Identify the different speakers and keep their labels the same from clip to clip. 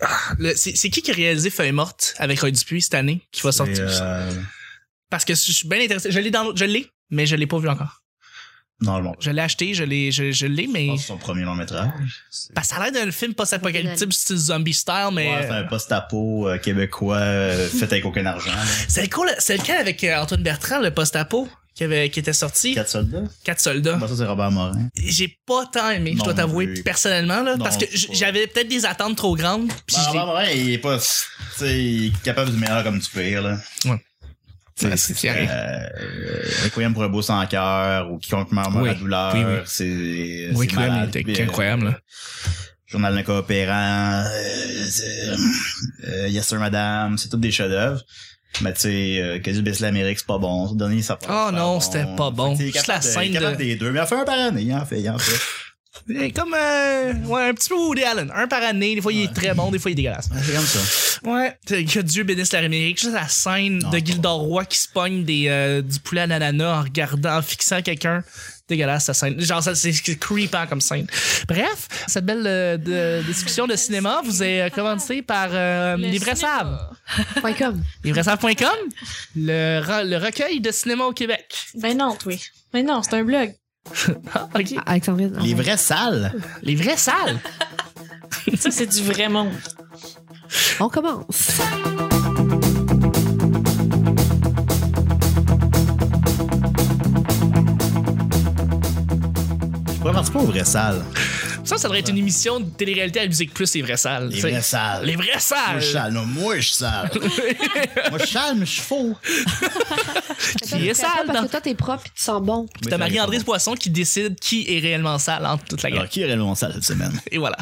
Speaker 1: Ah, le- c'est c'est qui qui a réalisé Feuille morte avec Roy Dupuis cette année qui va sortir?
Speaker 2: Et, euh,
Speaker 1: Parce que je suis bien intéressé. Je l'ai dans l'autre- je l'ai, mais je l'ai pas vu encore.
Speaker 2: normalement,
Speaker 1: Je l'ai acheté, je l'ai, je, je l'ai,
Speaker 2: je
Speaker 1: mais
Speaker 2: pense que c'est son premier long métrage. C'est-
Speaker 1: parce que ça a l'air d'un film post-apocalyptique style zombie style, mais
Speaker 2: Ouais, c'est un post-apo euh, québécois euh, fait avec aucun argent. là.
Speaker 1: euh, c'est cool. C'est lequel avec euh, Antoine Bertrand, le post-apo qui avait, qui était sorti? Quatre,
Speaker 2: Quatre soldats.
Speaker 1: soldats.
Speaker 2: Bah, ça, c'est Robert Morin.
Speaker 1: J'ai pas tant aimé, je
Speaker 2: Non,
Speaker 1: dois
Speaker 2: non
Speaker 1: t'avouer
Speaker 2: plus.
Speaker 1: personnellement là,
Speaker 2: Non,
Speaker 1: parce que
Speaker 2: c'est pas-
Speaker 1: j'avais peut-être des attentes trop grandes. Puis
Speaker 2: Bah,
Speaker 1: je l'ai-
Speaker 2: Robert Morin, il est pas tu sais, il est capable du meilleur comme du pire. Là.
Speaker 1: Ouais.
Speaker 2: Tu sais,
Speaker 1: Ouais, c'est
Speaker 2: c'est
Speaker 1: carré.
Speaker 2: euh, euh, Requiem pour un beau sans cœur ou quiconque meurt dans
Speaker 1: Oui,
Speaker 2: la douleur.
Speaker 1: oui, oui.
Speaker 2: C'est
Speaker 1: Oui,
Speaker 2: c'est
Speaker 1: quand même,
Speaker 2: malade.
Speaker 1: il était
Speaker 2: Puis, euh,
Speaker 1: incroyable. là.
Speaker 2: Journal d'un coopérant, euh, euh, euh, Yes Sir Madame, c'est tous des chefs-d'œuvre. Mais tu sais, euh, que Dieu baisse l'Amérique, c'est pas bon. Ça, Donner, ça
Speaker 1: Oh non, c'était pas bon. Juste la scène
Speaker 2: Il est capable
Speaker 1: de-
Speaker 2: des deux, mais il en fait un par année, il en fait, il en fait.
Speaker 1: Et Comme euh, ouais, un petit peu Woody Allen, un par année. Des fois il est très bon, des fois il est dégueulasse.
Speaker 2: Ouais, c'est comme ça.
Speaker 1: Ouais. T'sais, Que Dieu bénisse l'Amérique. Juste la scène
Speaker 2: Non,
Speaker 1: de
Speaker 2: pas
Speaker 1: Gildor Roy qui se pogne des, euh, du poulet à l'ananas en regardant, en fixant quelqu'un. Dégueulasse, sa scène. Genre, ça, c'est c'est creepant comme scène. Bref, cette belle euh, de- discussion de cinéma vous est euh, commencée par euh, Les Vrais Sables.
Speaker 3: Point com.
Speaker 1: Lesvraissables.com, le, re- le recueil de cinéma au Québec.
Speaker 4: Ben non, oui. Ben non, c'est un blog.
Speaker 1: Ah, OK.
Speaker 3: Alexandrine.
Speaker 2: Les
Speaker 3: on-
Speaker 2: vraies salles.
Speaker 1: Les Vrais Salles.
Speaker 4: Ça, c'est du vrai monde.
Speaker 3: On commence.
Speaker 2: Je pourrais partir pas aux vraies salles.
Speaker 1: Ça, ça devrait être une émission de télé-réalité à la musique plus Les Vrais Salles.
Speaker 2: Les
Speaker 1: T'sais,
Speaker 2: vraies salles.
Speaker 1: Les Vrais
Speaker 2: Moi,
Speaker 1: Salles.
Speaker 2: je sale. Non, moi, je sale. moi, je sale, mais je suis faux.
Speaker 1: Qui est
Speaker 3: Parce
Speaker 1: sale
Speaker 3: que
Speaker 1: dans
Speaker 3: toi, t'es propre et tu sens bon.
Speaker 1: Puis t'as Marie-André Poisson qui décide qui est réellement sale entre toute la gang.
Speaker 2: Alors, qui est réellement sale cette semaine?
Speaker 1: Et voilà.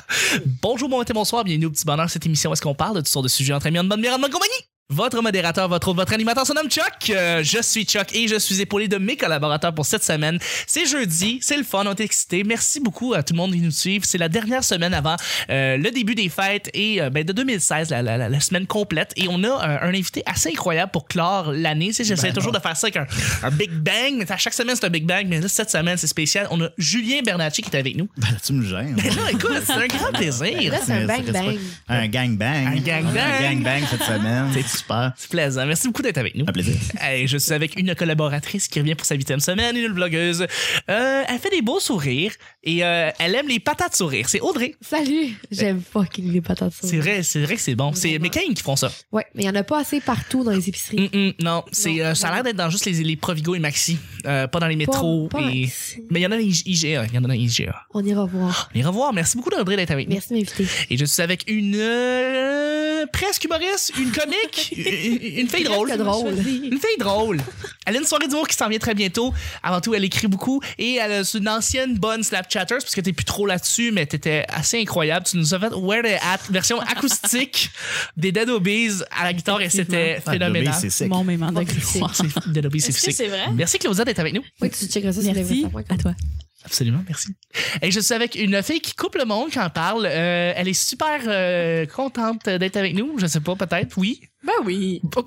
Speaker 1: Bonjour, bon matin, bonsoir, bienvenue au Petit Bonheur, cette émission où est-ce qu'on parle de toutes sortes de sujets entre amis, en bonne bière, en bonne compagnie. Votre modérateur, votre autre, votre animateur se nomme Chuck. Euh, je suis Chuck et je suis épaulé de mes collaborateurs pour cette semaine. C'est jeudi, c'est le fun, on est excités. Merci beaucoup à tout le monde qui nous suit. C'est la dernière semaine avant euh, le début des fêtes et euh, ben, de 2016, la, la- la- la semaine complète. Et on a euh, un invité assez incroyable pour clore l'année. Tu sais, J'essaie
Speaker 2: Ben
Speaker 1: toujours
Speaker 2: non.
Speaker 1: de faire ça avec un, un Big Bang, mais à chaque semaine c'est un Big Bang, mais là cette semaine c'est spécial. On a Julien Bernacci qui est avec nous.
Speaker 2: Ben, là, tu me gênes.
Speaker 1: Ben là, écoute, c'est un grand plaisir.
Speaker 3: Là, c'est un
Speaker 2: Mais
Speaker 3: bang
Speaker 2: ça
Speaker 3: bang.
Speaker 2: respecte- Un gangbang.
Speaker 1: Un gangbang.
Speaker 2: On a Un gangbang cette semaine. C'est super.
Speaker 1: C'est plaisant. Merci beaucoup d'être avec nous.
Speaker 2: Un plaisir.
Speaker 1: Hey, je suis avec une collaboratrice qui revient pour sa huitième semaine, une blogueuse. Euh, elle fait des beaux sourires et euh, elle aime les patates sourires. C'est Audrey.
Speaker 3: Salut. J'aime fucking les patates sauces.
Speaker 1: C'est vrai, c'est vrai que c'est bon. C'est McCain qui font ça.
Speaker 3: Ouais, mais il y en a pas assez partout dans les épiceries.
Speaker 1: Hum, hum, non, c'est
Speaker 3: Non,
Speaker 1: euh, ça a l'air d'être dans juste les, les Provigo et Maxi, Euh, pas dans les
Speaker 3: Pas-
Speaker 1: métros.
Speaker 3: pas
Speaker 1: et-
Speaker 3: assez.
Speaker 1: Mais il y en a dans les IGA. Il y en a dans les IGA.
Speaker 3: On ira voir.
Speaker 1: Mais au revoir. Merci beaucoup Audrey d'être avec nous.
Speaker 3: Merci de m'inviter.
Speaker 1: Et je suis avec une euh, presque humoriste, une comique, une, une fille drôle.
Speaker 3: Presque drôle.
Speaker 1: Une fille drôle. Elle a une soirée d'humour qui s'en vient très bientôt. Avant tout, elle écrit beaucoup et elle est une ancienne bonne Snapchatters parce que t'es plus trop là-dessus, mais t'étais assez incroyable. Tu nous as fait Where They At, version acoustique des Dead Obies à la guitare et c'était
Speaker 2: Ah,
Speaker 1: phénoménal.
Speaker 2: Dobby, C'est sick.
Speaker 5: Mon mémoire de
Speaker 3: Critique.
Speaker 5: gloire.
Speaker 1: C'est- Dead Obies, c'est
Speaker 4: Est-ce que
Speaker 1: physique.
Speaker 4: c'est vrai?
Speaker 1: Merci Claudia d'être avec nous.
Speaker 3: Oui, tu checkeras ça sur les
Speaker 5: Merci
Speaker 3: vrais sables.
Speaker 5: à toi.
Speaker 1: Absolument, merci. Et je suis avec une fille qui coupe le monde quand elle parle. Euh, elle est super euh, contente d'être avec nous. Je sais pas, peut-être, oui.
Speaker 4: Ben oui.
Speaker 3: Co-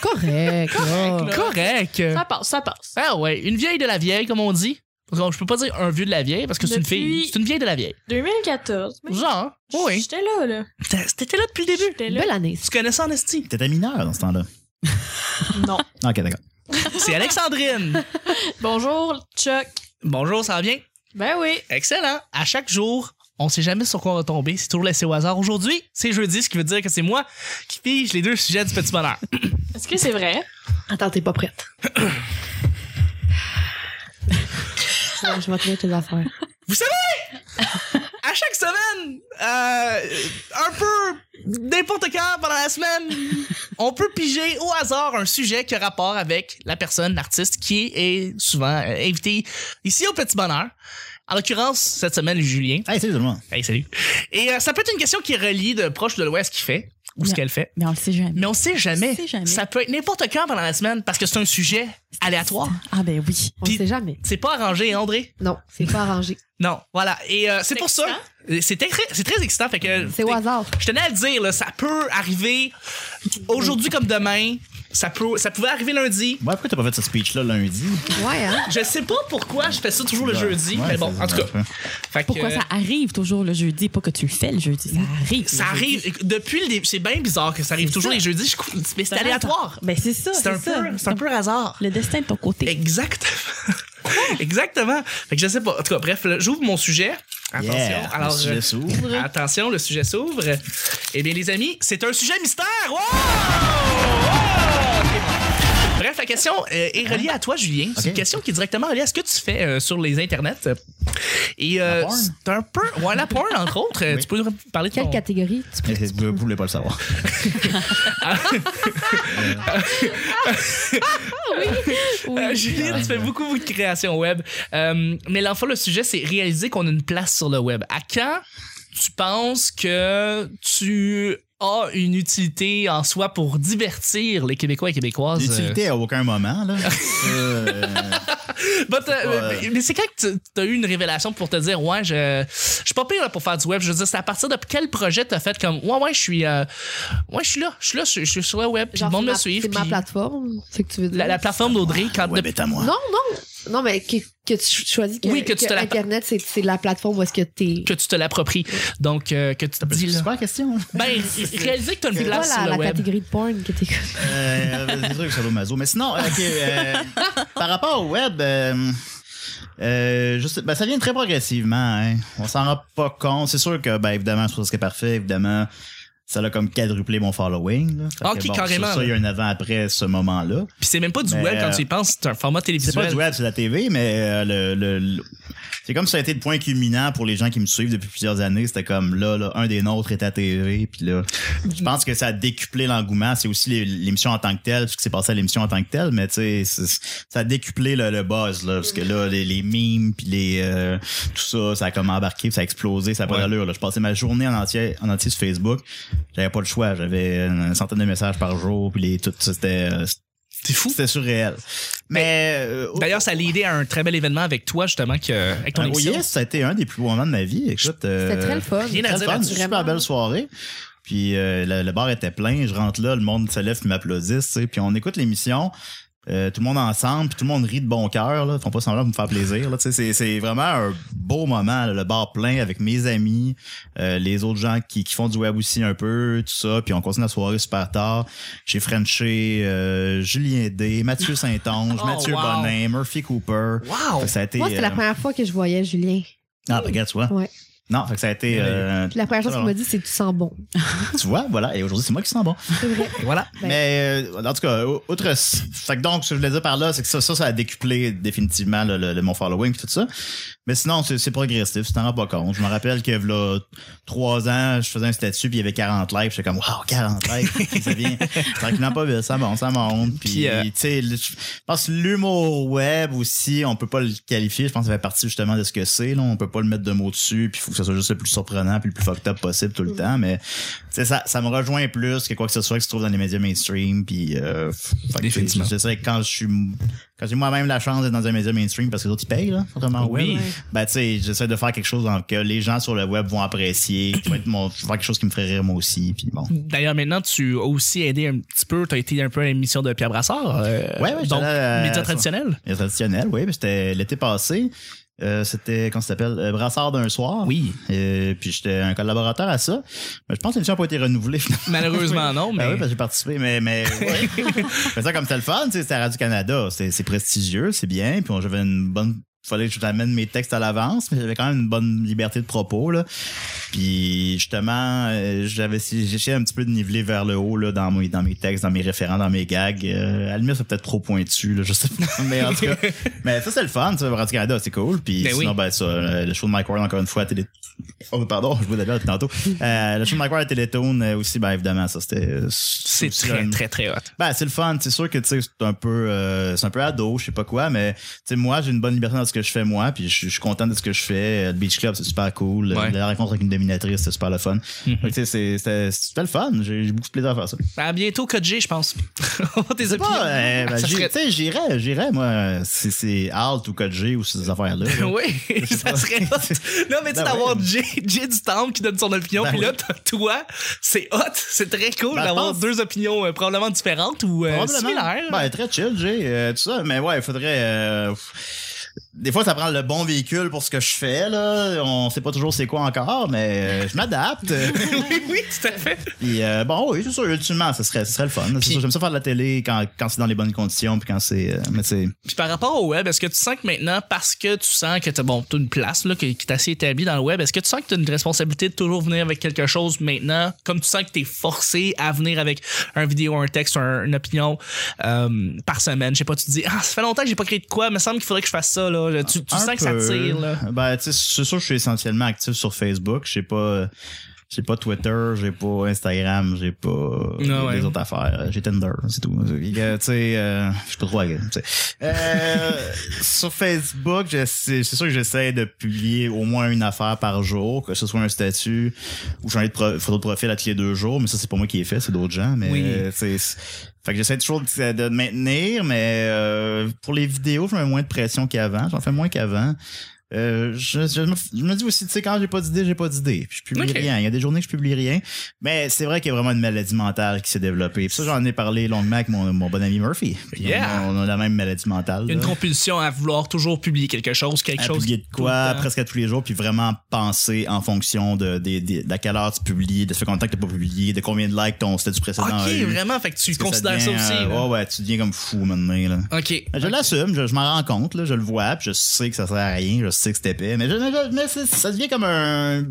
Speaker 3: correct. là.
Speaker 1: Correct.
Speaker 4: Ça passe, ça passe.
Speaker 1: Ah ouais, une vieille de la vieille, comme on dit. Donc, je peux pas dire un vieux de la vieille parce que c'est une
Speaker 4: Depuis-
Speaker 1: fille. C'est une vieille de la vieille.
Speaker 4: 2014. mais
Speaker 1: Genre, oui.
Speaker 4: J'étais là, là.
Speaker 1: T'as- T'étais là depuis le début.
Speaker 4: J'étais là.
Speaker 3: Belle année.
Speaker 1: Tu connais ça en esti.
Speaker 2: T'étais mineur dans ce temps-là.
Speaker 4: Non.
Speaker 2: Ok, d'accord.
Speaker 1: C'est Alexandrine.
Speaker 4: Bonjour, Chuck.
Speaker 1: Bonjour, ça va bien?
Speaker 4: Ben oui.
Speaker 1: Excellent. À chaque jour, on sait jamais sur quoi on va tomber. C'est toujours laissé au hasard. Aujourd'hui, c'est jeudi, ce qui veut dire que c'est moi qui pige les deux sujets du petit bonheur.
Speaker 4: Est-ce que c'est vrai?
Speaker 3: Attends, t'es pas prête. Ouais, je vais te mettre les affaires.
Speaker 1: Vous savez, à chaque semaine, euh, un peu n'importe quand pendant la semaine, on peut piger au hasard un sujet qui a rapport avec la personne, l'artiste qui est souvent euh, invité ici au Petit Bonheur. En l'occurrence, cette semaine, Julien.
Speaker 2: Hey, salut tout le monde.
Speaker 1: Hey, salut. Et euh, ça peut être une question qui relie de proche de l'Ouest qu'il fait ou ce
Speaker 5: Bien.
Speaker 1: qu'elle fait.
Speaker 5: Mais on le sait jamais.
Speaker 1: Mais on sait jamais.
Speaker 5: On sait jamais.
Speaker 1: Ça peut être n'importe quand pendant la semaine parce que c'est un sujet aléatoire.
Speaker 5: Ah ben oui.
Speaker 3: On
Speaker 1: Puis-
Speaker 3: sait jamais.
Speaker 1: C'est pas arrangé, hein, André.
Speaker 3: Non, c'est pas arrangé.
Speaker 1: Non, voilà. Et euh, c'est
Speaker 4: C'est
Speaker 1: pour ça. C'est très, c'est très excitant. Fait que,
Speaker 3: C'est au hasard.
Speaker 1: je tenais à le dire, là, ça peut arriver aujourd'hui comme demain. Ça, peut, ça pouvait arriver lundi.
Speaker 2: Ouais, pourquoi t'as pas fait ce speech-là lundi?
Speaker 3: Ouais, hein?
Speaker 1: Je sais pas pourquoi je fais ça toujours le
Speaker 2: Ouais.
Speaker 1: jeudi,
Speaker 2: Ouais,
Speaker 1: mais bon,
Speaker 2: ça-
Speaker 1: en tout cas. Fait que,
Speaker 5: Pourquoi
Speaker 1: euh,
Speaker 5: ça arrive toujours le jeudi? Pas que tu le fais le jeudi, ça arrive.
Speaker 1: ça
Speaker 5: le jeudi.
Speaker 1: arrive depuis le début. C'est bien bizarre que ça arrive
Speaker 5: C'est
Speaker 1: toujours
Speaker 5: ça.
Speaker 1: les jeudis. Je cou- mais c'est
Speaker 5: un
Speaker 1: aléatoire.
Speaker 5: hasard. Ben, c'est ça.
Speaker 1: C'est un,
Speaker 5: ça.
Speaker 1: peu- c'est un peu hasard.
Speaker 5: Le destin de ton côté.
Speaker 1: Exactement. Exactement. Fait que je sais pas. En tout cas, bref, là, j'ouvre mon sujet. Attention.
Speaker 2: Yeah, le
Speaker 1: Alors, euh,
Speaker 2: sujet
Speaker 1: je-
Speaker 2: s'ouvre.
Speaker 1: Attention, le sujet s'ouvre. Eh bien, les amis, c'est un sujet mystère. Wow! Wow! Ok. Bref, la question euh, est reliée à toi, Julien. C'est une
Speaker 2: Ok.
Speaker 1: question qui est directement reliée à ce que tu fais euh, sur les internets. Et euh,
Speaker 2: La porn?
Speaker 1: c'est un peu. Ouais, la porn, entre autres. Euh,
Speaker 2: Oui.
Speaker 1: Tu peux nous parler de
Speaker 3: Quelle
Speaker 1: ton-
Speaker 3: catégorie? Tu
Speaker 2: Mais c'est- Vous voulez pas le savoir.
Speaker 1: Euh, Julien, tu fais beaucoup, beaucoup de créations web. Euh, mais l'enfant, le sujet, c'est réaliser qu'on a une place sur le web. À quand tu penses que tu as une utilité en soi pour divertir les Québécois et Québécoises?
Speaker 2: L'utilité à aucun moment, là. Euh,
Speaker 1: Euh, but, euh,
Speaker 2: pas,
Speaker 1: mais- Mais c'est quand que tu as eu une révélation pour te dire, ouais, je, je suis pas pire là, pour faire du web. Je veux dire, c'est à partir de quel projet tu as fait comme, ouais, ouais, je suis, euh, ouais, je suis là, je suis là, je, je suis sur le web, puis
Speaker 3: Genre,
Speaker 1: le monde
Speaker 3: c'est
Speaker 1: me
Speaker 3: ma-
Speaker 1: suit.
Speaker 3: C'est ma
Speaker 1: puis
Speaker 3: plateforme. C'est que tu veux dire.
Speaker 1: La, la plateforme d'Audrey, quand
Speaker 2: ouais,
Speaker 1: de-
Speaker 2: mais à moi.
Speaker 3: Non, non. Non, mais que, que tu choisis que,
Speaker 1: Oui, que tu te la-
Speaker 3: Internet, c'est- c'est la plateforme où est-ce que t'es.
Speaker 1: que tu te l'appropries. Donc, euh, que tu te dis, là.
Speaker 2: C'est pas la question. là.
Speaker 1: Ben, réaliser que t'as une
Speaker 3: C'est
Speaker 1: place
Speaker 3: quoi
Speaker 1: sur
Speaker 3: la,
Speaker 1: le
Speaker 3: la
Speaker 1: web.
Speaker 3: catégorie de porn que t'écoutes?
Speaker 2: Euh, c'est sûr que ça va au maso. Mais sinon, ok, euh, par rapport au web, euh, euh, je sais- ben, ça vient très progressivement. hein. On s'en rend pas compte. C'est sûr que, ben, évidemment, je trouve ce qui est parfait, évidemment, ça a comme quadruplé mon following. là. Fait que,
Speaker 1: Ah, Ok, carrément,
Speaker 2: sur ça,
Speaker 1: là.
Speaker 2: il y a un avant-après ce moment-là.
Speaker 1: Puis c'est même pas du
Speaker 2: Mais,
Speaker 1: web quand
Speaker 2: euh,
Speaker 1: tu y penses, c'est un format
Speaker 2: C'est pas
Speaker 1: télévisuel.
Speaker 2: du web, c'est de la TV, mais euh, le, le- le- c'est comme ça a été le point culminant pour les gens qui me suivent depuis plusieurs années. C'était comme là, là, un des nôtres est à TV, puis là, je pense que ça a décuplé l'engouement. C'est aussi les- l'émission en tant que telle, ce qui s'est passé à l'émission en tant que telle, mais tu sais, c'est- ça a décuplé le, le buzz là, parce que là, les, les mimes puis les euh, tout ça, ça a comme embarqué, puis ça a explosé, ça a pas
Speaker 1: Ouais.
Speaker 2: d'allure. là. Je passais ma journée en entier, en entier sur Facebook. J'avais pas le choix, j'avais une centaine de messages par jour, puis les tout ça, c'était euh,
Speaker 1: C'est fou.
Speaker 2: c'était surréel. Mais euh,
Speaker 1: D'ailleurs, ça l'a aidé à un très bel événement avec toi, justement, que, avec ton
Speaker 2: ah,
Speaker 1: émission.
Speaker 2: oui, yes, ça a été un des plus beaux moments de ma vie. Écoute, euh,
Speaker 3: C'était très le fun.
Speaker 1: rien à
Speaker 2: très
Speaker 1: dire
Speaker 2: fun,
Speaker 1: là-dessus,
Speaker 2: super
Speaker 3: vraiment.
Speaker 2: belle soirée. Puis euh, le, le bar était plein, je rentre là, le monde se lève puis m'applaudisse, tu sais. puis on écoute l'émission. euh, tout le monde ensemble, puis tout le monde rit de bon cœur, là. Ils font pas semblant de me faire plaisir, là. Tu sais, C'est, c'est vraiment un beau moment, là, le bar plein avec mes amis, euh, les autres gens qui, qui font du web aussi un peu, tout ça. Puis on continue la soirée super tard. J'ai Frenché, euh, Julien D, Mathieu Saint-Onge,
Speaker 1: Oh,
Speaker 2: Mathieu
Speaker 1: wow.
Speaker 2: Bonin, Murphy Cooper.
Speaker 1: Wow!
Speaker 2: Fait que Ça a été,
Speaker 3: Moi, c'était la
Speaker 2: euh,
Speaker 3: première fois que je voyais Julien.
Speaker 2: ah, ben, regarde, tu vois.
Speaker 3: Ouais.
Speaker 2: Non, fait que ça a été. euh,
Speaker 3: Puis la première chose qu'il m'a dit, c'est que tu sens bon.
Speaker 2: tu vois, voilà. Et aujourd'hui, c'est moi qui sens bon.
Speaker 3: C'est vrai.
Speaker 1: Voilà.
Speaker 3: Ben.
Speaker 2: Mais euh, en tout cas, au- outre. Fait que donc, ce que je voulais dire par là, c'est que ça, ça, ça a décuplé définitivement le, le- le- mon following et tout ça. Mais sinon, c'est c'est progressif, tu t'en rends pas compte. Je me rappelle que là, trois ans, je faisais un statut puis il y avait 40 likes. J'étais comme, waouh, 40 likes. Puis ça vient tranquillement pas vite, ça monte, ça monte. Puis,
Speaker 1: Puis, euh,
Speaker 2: tu sais, le- je pense que l'humour web aussi, on peut pas le qualifier. Je pense que ça fait partie justement de ce que c'est. Là. On peut pas le mettre de mots dessus. Puis, il faut que ça soit juste le plus surprenant puis le plus fucked up possible tout le temps. Mais, tu sais, ça, ça me rejoint plus que quoi que ce soit qui se trouve dans les médias mainstream. Puis, euh, f- fait que
Speaker 1: Définitivement.
Speaker 2: C'est ça, quand je suis. Quand j'ai moi-même la chance d'être dans un média mainstream parce que les autres ils payent, là, contrairement au
Speaker 1: Oui.
Speaker 2: web, ben tu sais, j'essaie de faire quelque chose dans- que les gens sur le web vont apprécier, qui va être mon, faire quelque chose qui me ferait rire moi aussi, puis bon.
Speaker 1: D'ailleurs, maintenant, tu as aussi aidé un petit peu, tu as été un peu à l'émission de Pierre Brassard. euh,
Speaker 2: Ouais, ouais,
Speaker 1: donc,
Speaker 2: j'allais à-
Speaker 1: médias traditionnels.
Speaker 2: Et traditionnel, oui, mais c'était l'été passé. Euh, c'était, comment ça s'appelle, euh, Brassard d'un soir.
Speaker 1: Oui.
Speaker 2: Euh, puis j'étais un collaborateur à ça. Mais je pense que l'émission n'a pas été renouvelée finalement.
Speaker 1: Malheureusement, non, mais.
Speaker 2: Ben oui, parce que j'ai participé, mais, mais ouais. mais ça, comme c'était le fun, tu sais, c'était à Radio-Canada, c'est c'est prestigieux, c'est bien, puis on- j'avais une bonne... Fallait que je t'amène mes textes à l'avance, mais j'avais quand même une bonne liberté de propos, là. Puis, justement, euh, j'avais j'essayais un petit peu de niveler vers le haut, là, dans mes, dans mes textes, dans mes référents, dans mes gags. Euh, à la limite, c'est peut-être trop pointu, là, je sais pas, mais en tout cas... mais ça, c'est le fun, ça, Radio-Canada, c'est cool. Puis,
Speaker 1: Ben oui.
Speaker 2: sinon, ben ça, euh, le show de Mike Ward, encore une fois, à télé... Oh, pardon, je vous l'avais dit tantôt. Euh, le show de Mike Ward à Télétoon, euh, aussi, ben évidemment, ça, c'était...
Speaker 1: c'est
Speaker 2: aussi
Speaker 1: très,
Speaker 2: un-
Speaker 1: très, très hot.
Speaker 2: ben, c'est le fun. C'est sûr que, tu sais, c'est un peu, euh, c'est un peu ado, je sais pas quoi, mais, tu sais, moi, j'ai une bonne liberté dans ce que je fais, moi, puis je je suis content de ce que je fais. Le Beach Club, c'est super cool.
Speaker 1: Ouais. Mhm.
Speaker 2: La rencontre avec une dominatrice, c'est super le fun. Fait que, tu sais, c'est- c'était c'était le fun. J'ai j'ai beaucoup de plaisir à faire ça.
Speaker 1: À bientôt, Code G, je pense. On va tes opinions.
Speaker 2: Pas, euh, ben,
Speaker 1: Ça
Speaker 2: j'ai-
Speaker 1: serait-
Speaker 2: tu sais, j'irais, j'irais, moi, si c'est Alt ou Code G ou ces affaires-là. là.
Speaker 1: Oui, ça serait hot. Non, mais tu sais,
Speaker 2: Ben
Speaker 1: d'avoir
Speaker 2: ouais.
Speaker 1: Jay, Jay du Temple qui donne son opinion.
Speaker 2: Ben
Speaker 1: puis là,
Speaker 2: oui.
Speaker 1: t'as toi, c'est hot. C'est très cool
Speaker 2: Ben, je
Speaker 1: d'avoir
Speaker 2: pense-
Speaker 1: deux opinions euh, probablement différentes ou euh, similaires.
Speaker 2: Ben, très chill, Jay. euh, tout ça. Mais ouais, il faudrait. euh, pff, des fois, ça prend le bon véhicule pour ce que je fais. Là. On sait pas toujours c'est quoi encore, mais euh, je m'adapte.
Speaker 1: oui, oui, tout à fait.
Speaker 2: Puis, euh, bon, oui, c'est sûr, ultimement, ce serait, ce serait le fun. C'est
Speaker 1: Puis-
Speaker 2: sûr, J'aime ça faire de la télé quand, quand c'est dans les bonnes conditions, puis quand c'est. euh, mais c'est.
Speaker 1: Puis par rapport au web, est-ce que tu sens que maintenant, parce que tu sens que tu bon, t'as une place là, qui qui est assez établie dans le web, est-ce que tu sens que tu as une responsabilité de toujours venir avec quelque chose maintenant, comme tu sens que tu es forcé à venir avec un vidéo, un texte, un- une opinion euh, par semaine? Je sais pas, tu te dis, ah, ça fait longtemps que j'ai pas créé de quoi, il me semble qu'il faudrait que je fasse ça. Là. Tu, tu
Speaker 2: un
Speaker 1: sens que ça
Speaker 2: peu.
Speaker 1: tire. Là.
Speaker 2: Ben, tu sais, c'est sûr que je suis essentiellement actif sur Facebook. Je sais pas. J'ai pas Twitter, j'ai pas Instagram, j'ai pas
Speaker 1: Ah ouais.
Speaker 2: les autres affaires. Euh, J'ai Tinder, c'est tout. Fait que, Tu sais, euh, je suis pas trop agressif, tu sais. Euh, sur Facebook, je- c'est c'est sûr que j'essaie de publier au moins une affaire par jour, que ce soit un statut ou changer de pro- photo de profil à tous les deux jours. Mais ça, c'est pas moi qui ai fait, c'est d'autres gens. Mais
Speaker 1: Oui.
Speaker 2: euh, c'est c'est- fait que j'essaie toujours de, de maintenir, mais euh, pour les vidéos, je mets moins de pression qu'avant. J'en fais moins qu'avant. Euh, je, je me, je me dis aussi, tu sais, quand j'ai pas d'idée, j'ai pas d'idée. Puis je publie
Speaker 1: Ok.
Speaker 2: rien. Il y a des journées que je publie rien. Mais c'est vrai qu'il y a vraiment une maladie mentale qui s'est développée. Puis ça, j'en ai parlé longuement avec mon, mon bon ami Murphy. Puis on-
Speaker 1: Yeah.
Speaker 2: on, a la même maladie mentale.
Speaker 1: Une
Speaker 2: là.
Speaker 1: compulsion à vouloir toujours publier quelque chose, quelque
Speaker 2: À
Speaker 1: chose.
Speaker 2: publier de
Speaker 1: tout
Speaker 2: quoi
Speaker 1: le temps.
Speaker 2: presque à tous les jours, puis vraiment penser en fonction de, des- des- d'à quelle heure tu publies, de ce contenu que t'as pas publié, de combien de likes ton statut précédent
Speaker 1: Ok,
Speaker 2: a eu.
Speaker 1: vraiment, fait que tu
Speaker 2: Parce que
Speaker 1: considères ça,
Speaker 2: devient,
Speaker 1: aussi.
Speaker 2: euh,
Speaker 1: là.
Speaker 2: ouais, ouais, tu deviens comme fou maintenant. Là.
Speaker 1: Ok.
Speaker 2: Je l'assume, je, je m'en rends compte, là, je le vois, puis je sais que ça sert à rien, je sais que c'est épais, mais, je- je- mais c'est- ça devient comme un...